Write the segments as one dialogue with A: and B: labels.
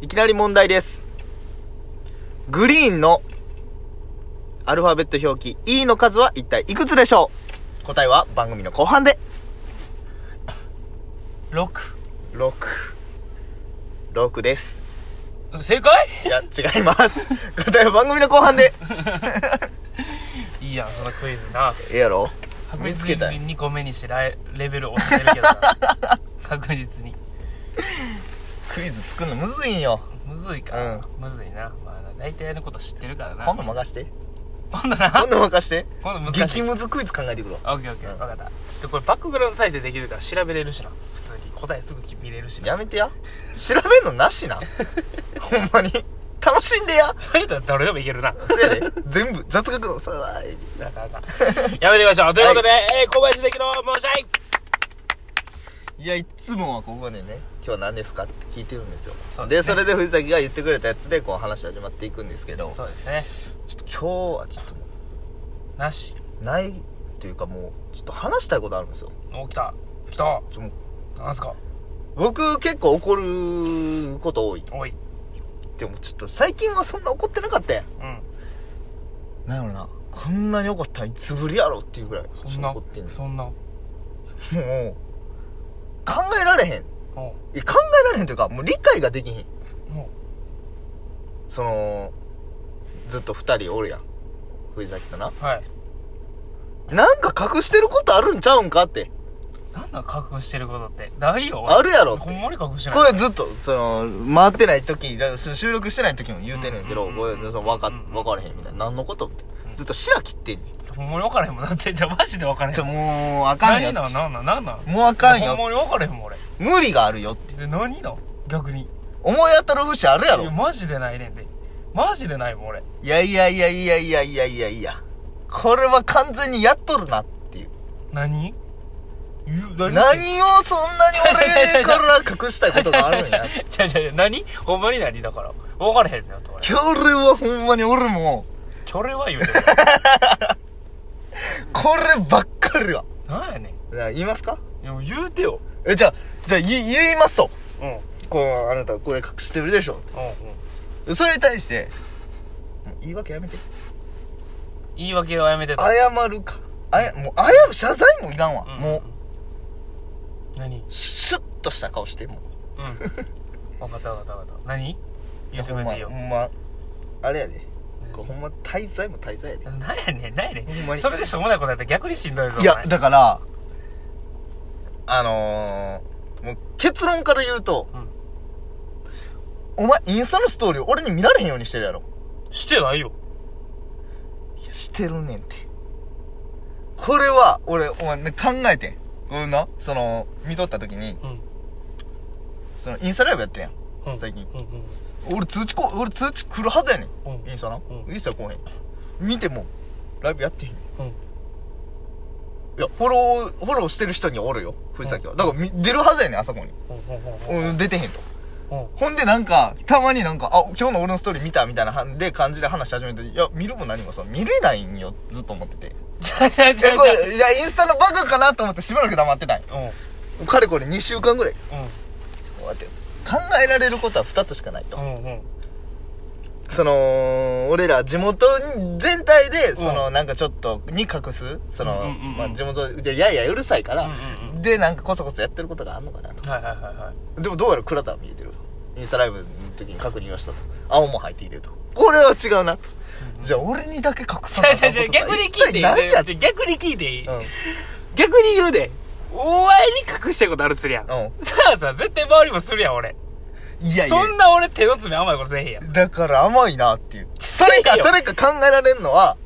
A: いきなり問題です。グリーンのアルファベット表記 E の数は一体いくつでしょう答えは番組の後半で。
B: 6
A: 6。6です。
B: 正解
A: いや、違います。 答えは番組の後半で。
B: いいやんそのクイズな
A: ええやろ
B: 確
A: 見つけ
B: 実
A: た
B: に2個目にしてライレベル落ち てるけどな確実に
A: クイズ作るのむずいんよ。
B: むずいか、むずいなまあな大体のこと知ってるからな
A: 今度任して。
B: 今度な
A: 今度任して。
B: 今度難しい
A: 激ムズクイズ考えてくるわ。
B: オッケーオッケー分かったでこれバックグラウンド再生できるから調べれるしな普通に答えすぐ見れるしな
A: やめてや。調べんのなし な。ほんまに。楽しんでや。
B: それだったら誰でもいけるな
A: せやで。全部、雑学のさあ、
B: なかなかやめてみましょうということで、えー小林関の申し訳
A: いや、いつもはここでね、今日何ですかって聞いてるんですよ。
B: そう
A: で、
B: です
A: そ
B: ね
A: れで藤崎が言ってくれたやつで、こう話始まっていくんですけど、ちょ
B: そうです
A: っと今日はちょっとも
B: ねなし
A: う、ないというかもう、ちょっと話したいことあるんですよ。
B: 起きた来た
A: ちょもう
B: なんすか
A: 僕結構怒ること多い。
B: おい
A: でもちょっと最近はそんな怒ってなかったやん。
B: うん
A: なんやろな。こんなに怒ったんいつぶりやろっていうぐらい。
B: そんな
A: 怒ってんの。も
B: そんな
A: う、考えられへん。
B: おう
A: いや考えられへんというか、もう理解ができひん。
B: おう
A: その、ずっと二人おるやん。藤崎とな。
B: はい
A: なんか隠してることあるんちゃうんかって。
B: なんだ覚悟してることってないよ
A: あるやろって
B: ほんまに覚悟してない
A: これずっと、その、回ってない時、だそ収録してない時も言うてるんやけど、
B: うん
A: これ、その、わか、わかれへんみたいな。何のことみたいな。ずっと白切ってんねん。
B: ほんまに分からへんもんだってじゃあマジで分からへん
A: ちょ、もう、あかんよ
B: 何
A: って。
B: なんなんなんなんなん
A: もうあかん
B: ほん
A: よ。
B: まに分からへんもん俺
A: 無理があるよ。
B: で何なん逆に
A: 思い当たる節あるや
B: い
A: ろ。
B: やマジでないねんでマジでないもん俺
A: いやいやいやいやいやいやいやいや。これは完全にやっとるなっていう。
B: 何言う
A: 何をそ
B: 何
A: んなに俺から隠したいことがあるん や。
B: ちゃちゃちゃ何ほんまに何だから分からへんねんと俺
A: これはほんまに俺も、
B: それは言うて る
A: こればっかりは。
B: 何やねん
A: じゃあ言いますか
B: いやもう言うてよ
A: え、じゃあ、じゃあ、言、言いますと。
B: うんうんうん
A: こう、あなた、これ隠してるでしょ。それに対して、もう言い訳やめて。
B: 言い訳はやめてた
A: 謝るか。あや、もう、謝る、謝罪もいらんわ。
B: ん
A: もう、
B: 何うん
A: シュッとした顔して、もう。
B: 分かった分かった分かった何言ってく
A: ほん
B: れ
A: ま、
B: ていいよ
A: ほんま、あれやで。こ
B: 何
A: うほんま、滞在も滞在やで。
B: 何やねん何やね
A: ほんま
B: ん
A: に
B: それでしょうもないことやったら逆にしんどいぞ
A: い
B: お
A: や
B: 前、
A: だから、あのー、もう結論から言うと、お前、インスタのストーリー俺に見られへんようにしてるやろ。
B: してないよ
A: いや、してるねんて。これは、俺、お前、ね、考えてん。これな、その、見とった時に、
B: うん
A: その、インスタライブやってんやん。
B: うん
A: 最近
B: うんうん
A: 俺通知こ、俺通知来るはずやねん。
B: うん
A: インスタな。
B: うん
A: インスタ来へん。見ても、ライブやってへん。い
B: うん
A: や、フォロー、フォローしてる人にはおるよ。藤崎は。だからみ、出るはずやねん、あそこに。
B: うんうんうんうん
A: うん、出てへんと。
B: うん
A: ほんでなんか、たまになんか、あ、今日の俺のストーリー見たみたいなはんで感じで話し始めて、いや、見るも何もさ、見れないんよ、ずっと思ってて。い
B: ちゃちゃちゃ
A: や、
B: ち
A: これ、いや、インスタのバカかなと思ってしばらく黙ってたんよ
B: ゃうんうん
A: かれこれ2週間ぐらい。こうやって、考えられることは2つしかないと。
B: うんうん
A: その、俺ら地元全体で、その、
B: う
A: なんかちょっと、に隠す、その、
B: うんうんうんうん
A: まあ地元、でやややうるさいから、
B: うんうん
A: で、なんかこそこそやってることがあんのかなと。
B: はいはいはいはい
A: でもどうやら倉田は見えてるとインスタライブの時に確認をしたと青も入っていてるとこれは違うなと、じゃあ俺にだけ隠
B: ち
A: さな
B: ゃ
A: あ
B: ち
A: か
B: ゃ
A: ん
B: ちゃ
A: ことが
B: 逆に聞いてい
A: 一体
B: い
A: 何やって
B: 逆に聞いていい、
A: うん
B: 逆に言うでお前に隠したいことあるっするやん、
A: うん
B: さあさあ絶対周りもするやん俺
A: いやいや
B: そんな俺手の爪甘いことせえへんやん
A: だから甘いなっていうそれか
B: いや
A: それか考えられんのは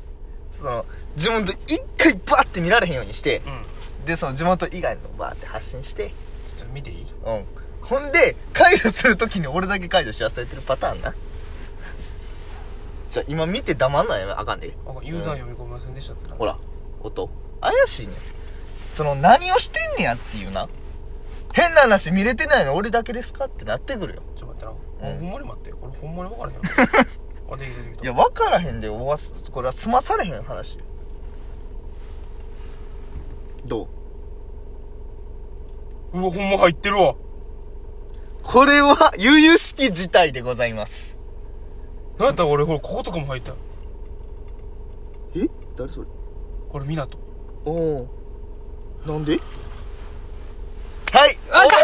A: その地元一回バーって見られへんようにして、
B: うん
A: でその地元以外のバーって発信して
B: ちょっと見ていい
A: うんほんで解除するときに俺だけ解除し忘れてるパターンなじゃあ今見て黙んないやめあかんで、
B: あユーザー読み込みませんでしたってな
A: ほら、音。怪しいねんその、何をしてんねやっていうな。変な話見れてないの俺だけですかってなってくるよ。
B: ちょっと待ってな、
A: うん
B: ほんまに待ってこれほんまに分 からへんよあできたでき
A: い
B: た
A: や、わからへんで、おわす、これは済まされへん話。どう
B: うわほんま入ってるわ
A: これは、悠々しき事態でございます。
B: なんやったら俺ほらこことかも入ったよ
A: え誰それ
B: これ港
A: おおー。なんではい
B: わかったわか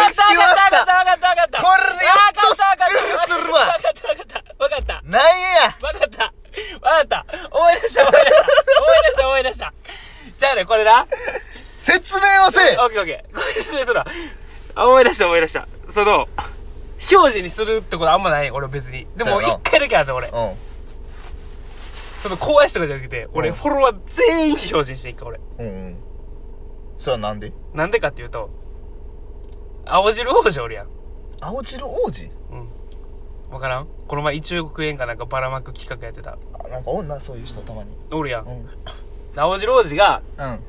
B: ったわかったわかったわかった
A: これでやっとスッキリするわ
B: わかったわかったわかった
A: なんや
B: わかったわかった思い出した思い出した思い出した思い出したじゃあねこれな
A: 説明をせえ
B: オッケーオッケーこれ説明するわあ思い出した思い出したその表示にするってことあんまない俺別にで
A: そ
B: も
A: うやな
B: 一回だけあった俺その公演とかじゃなくて俺
A: うん
B: フォロワー全員表示にしていくから俺
A: うん。うんうん。それはなんで
B: なんでかっていうと青汁王子おるやん
A: 青汁王子
B: わからんこの前1億円かなんかばらまく企画やってた
A: あ、なんかおんな、そういう人たまに。
B: おるやん
A: うん。うん。
B: 青汁王子が
A: うん。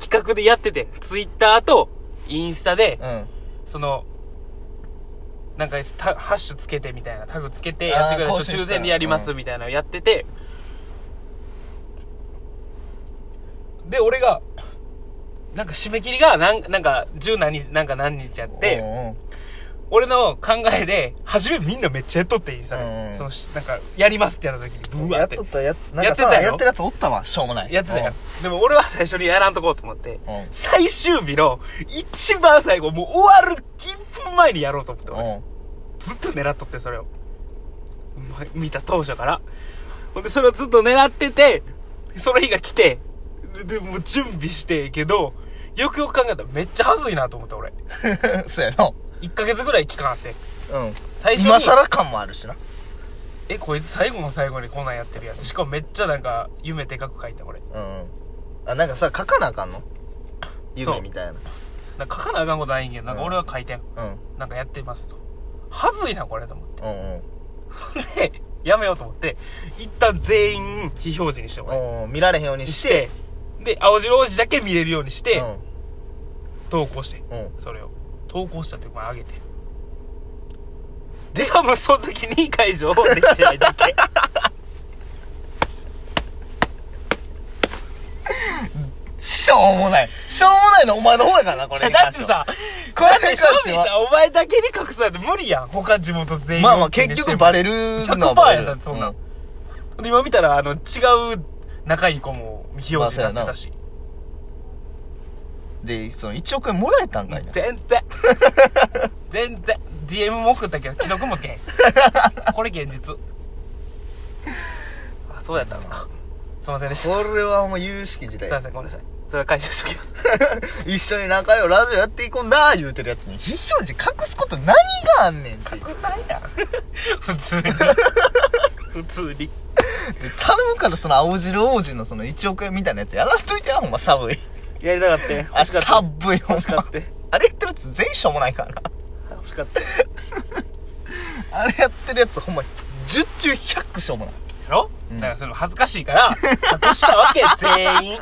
B: 企画でやっててツイッターとインスタで
A: うん。
B: そのなんかタハッシュつけてみたいなタグつけてやってくれる
A: あー更
B: 人
A: 新
B: 抽
A: したら
B: 選でやりますみたいなのやってて、で俺がなんか締め切りがなんなんか十何日なんか何日やって、俺の考えで、初めみんなめっちゃやっとっていいさ、
A: うん
B: そのし、なんか、やりますってやった時に、
A: うん、
B: ブワ
A: や
B: ーっ
A: ってと。ったや、なんか
B: やってた
A: さ、
B: やろ
A: やってるやつおったわ。しょうもない。
B: やってたやん。でも俺は最初にやらんとこうと思って、
A: うん
B: 最終日の一番最後、もう終わる1分前にやろうと思って
A: うん。う
B: 俺、
A: ん。
B: ずっと狙っとって、それを。ま見た当初から。ほんで、それをずっと狙ってて、その日が来て、で、もう準備してけど、よくよく考えたらめっちゃ恥ずいなと思って俺。
A: そうやな。
B: 1ヶ月ぐらい期間あって。
A: うん。
B: 最初に。
A: 今更感もあるしな。
B: えこいつ最後の最後にこんなんやってるやんしかもめっちゃなんか夢でかく書いた俺
A: うん。あ、なんかさ、書かなあかんの夢みたい
B: なんか書かなあかんことないんやけどなんか俺は書いてん、
A: な。うん。
B: なんかやってますとはずいなこれと思っ
A: うんうん。
B: て やめようと思って一旦全員非表示にして俺
A: うん見られへんように
B: に
A: し
B: しててで青白王子だけ見れるようにして、
A: う
B: 投稿して
A: んうん
B: それを投稿したっていうかまあ上げて
A: で
B: で多分その時に解除できてないだけ
A: しょうもないしょうもない のお前の方やからなこれに
B: だっ
A: 関
B: て
A: しては
B: さ
A: これ
B: だっ
A: に関
B: て
A: して
B: 正味
A: は
B: さお前だけに隠さないと無理やん他地元全員
A: まあまあ
B: に
A: 結
B: して
A: 局
B: も
A: バレるのは
B: 100%
A: バレ
B: や
A: る
B: ったそん
A: う
B: なん、で今見たらあの違う仲いい子も非表示になってたし、
A: でその1億円もらえたんかいな
B: 全然全然 DM も送ったけど既読 もつけへんこれ現実あそうやったんですかすいませんでしたす
A: これはもう有識時
B: い
A: 代
B: ませんごめんなさいそれは解消しておきます
A: 一緒に仲良いラジオやっていこうな言うてるやつに非表示隠すこと何があんねんっていう
B: 臭いやん 普通に普通に
A: で頼むからその青汁王子のその1億円みたいなやつやらんといてやほんま寒い
B: やりたかったよ
A: あ
B: 欲しかった
A: 寒いほん
B: 欲しか
A: ま
B: った
A: あれやってるやつ全員しょうもないからな
B: 欲しかったや
A: あれやってるやつほんま10中100しょうもない
B: ろ、だからその恥ずかしいから隠したわけ全員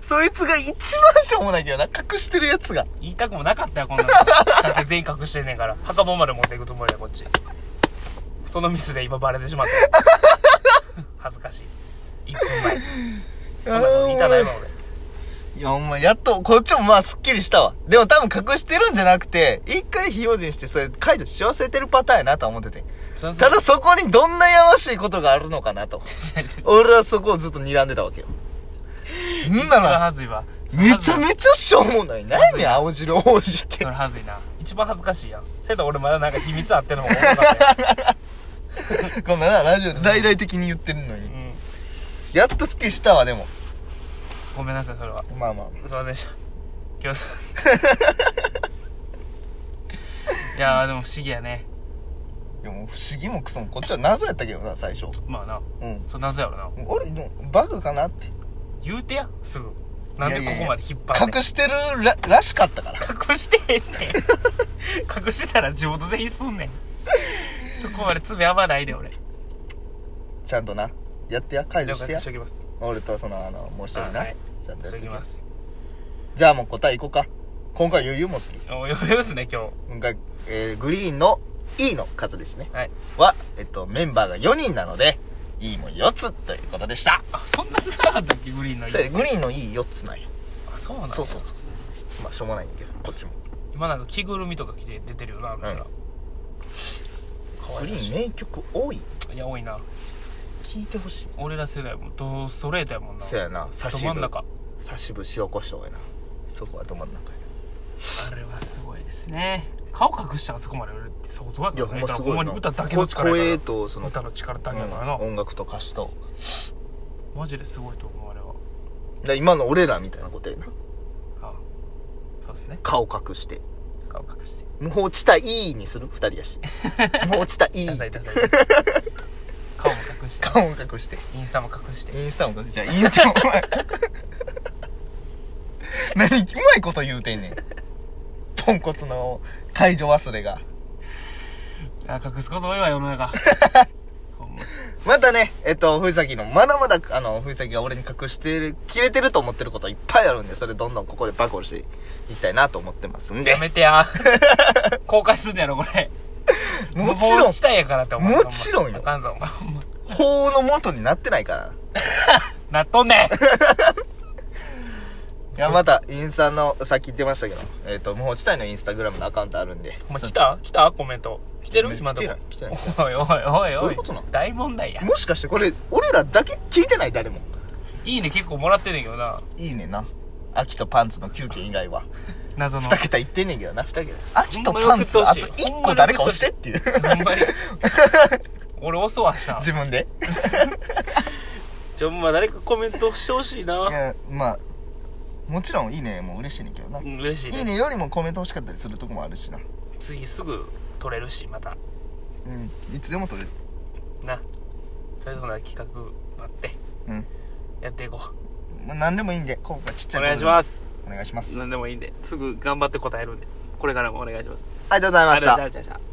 A: そいつが一番しょうもないけどな、隠してるやつが。
B: 言いたくもなかったよこんなのだって全員隠してんねんから墓場まで持っていくつもりやこっちそのミスで今バレてしまった恥ずかしい1分前こんなこと言いたないわ俺
A: いや、お前、やっと、こっちもまあ、すっきりしたわ。でも多分隠してるんじゃなくて、一回非表示にして、それ解除し忘れてるパターンやなとは思ってて。
B: そ
A: ただそこにどんなやましいことがあるのかなと。俺はそこをずっと睨んでた わけよ。んな
B: それ
A: ら、
B: はずいわ
A: めちゃめちゃしょうも ない。何やねん、青汁王子っ
B: そ
A: て
B: れ。はずいな一番恥ずかしいやんせやと俺まだなんか秘密あってのも思ったか
A: ごめんな、ラジオで大々的に言ってるの
B: ら、う
A: に。
B: ん、
A: やっとすっきりしたわ、でも。
B: ごめんなさいそれは
A: まあまあ。
B: すいませんでした気をつけますいやーでも不思議やね
A: でも、不思議もクソも、こっちは謎やったけどな、最初。
B: まあな
A: うん。
B: それなぜやろな
A: 俺、でもバグかなって。
B: 言うてやすぐなんでここまで引っ張る
A: 隠してるららしかったから
B: 隠してへんねん隠してたら地元全員すんねんそこまで爪あんまないで俺
A: ちゃんとなやってや解除
B: 了
A: して
B: 解
A: や
B: しときます
A: 俺とそのあのもう一人な、
B: あはい
A: ちゃんとやっ
B: しと
A: て
B: き
A: け
B: ます
A: じゃあもう答えいこうか今回余裕持ってる
B: お余裕ですね今
A: 今回、えー、グリーンの E の数ですね
B: 日はい
A: は、えっと、メンバーが4人なので E も4つということでした
B: あそんな少なかったっけグリーンの色
A: それでグリーンの E4 つなんや
B: あそうなんだ
A: そうそうそうまあしょうもないんだけどこっちも
B: 今今なんか着ぐるみとか着て出てるよなあの人ら、
A: うん
B: かわ
A: グ
B: い
A: リ
B: らし
A: ーン名曲多い
B: いいや多いな
A: 聞いてほしい
B: 俺ら世代もドストレートやもんな
A: そうやな
B: ど
A: 差し
B: 真ん
A: 分
B: 中
A: 差し分塩コショウやなそこはど真ん中や
B: あれはすごいですね顔隠したらそこまで売るって相当やか
A: い
B: ら
A: や
B: ね
A: ほんま
B: だ
A: す
B: から
A: ごい
B: に
A: な
B: 歌だけの力やから
A: 声とその
B: 歌の力だけやからな、
A: うん音楽と歌詞と
B: マジですごいと思うあれは
A: だから今の俺らみたいなことやな
B: あそうですね
A: 顔隠して
B: 顔隠して
A: 無法地帯にする二人や し無法地帯
B: ダサいダサい顔も 隠して
A: 顔を隠して
B: インスタも隠して
A: インスタも隠してじゃあインスタもお 前何うまいこと言うてんねんポンコツの解除忘れが
B: あ隠すこと多いわ世の中 ほんま
A: またね、えっと、藤崎の、まだまだ、あの、藤崎が俺に隠してる、切れてると思ってることいっぱいあるんで、それどんどんここで暴露していきたいなと思ってますんで
B: や。め てや公開すんねやろこれ
A: もちろん、
B: したいやからって思う
A: もちろんよ
B: あかんぞお前 ほんま
A: 法の元になってないから。
B: なっとんねん
A: いや、また、インスタの、さっき言ってましたけど、えっと、無法地帯のインスタグラムのアカウントあるんで。
B: お前来た来たコメント来てる
A: ね
B: 今のとこ
A: 来てない来
B: おいおいおいおい
A: どういうことなの
B: 大問題や
A: もしかしてこれ、俺らだけ聞いてない誰も。
B: いいね結構もらってんねんけどない
A: いねんな。秋とパンツの9件以外は。
B: 謎の
A: 二桁言ってんねんけどな。
B: だけど
A: 秋とパンツ、あと1個誰か押してっていう。
B: ほんまに 俺押すわした
A: 自分で。
B: じゃあまあ誰かコメントしてほしいない
A: や、まあ、もちろんいいねも嬉しいねんけどな
B: う。ん嬉しいね
A: いいねよりもコメント欲しかったりするとこもあるしな
B: 次すぐ取れるしまた
A: うんいつでも撮れる
B: なそれぞれな企画待って
A: うん
B: やっていこ
A: まあ、何でもいいんで今回ちっち
B: う
A: ゃ
B: お
A: い
B: 願いし
A: す
B: ます
A: お願いします
B: 何でもいいんですぐ頑張って答えるんでこれからもお願いします
A: ありがとうございました
B: ありがとうございました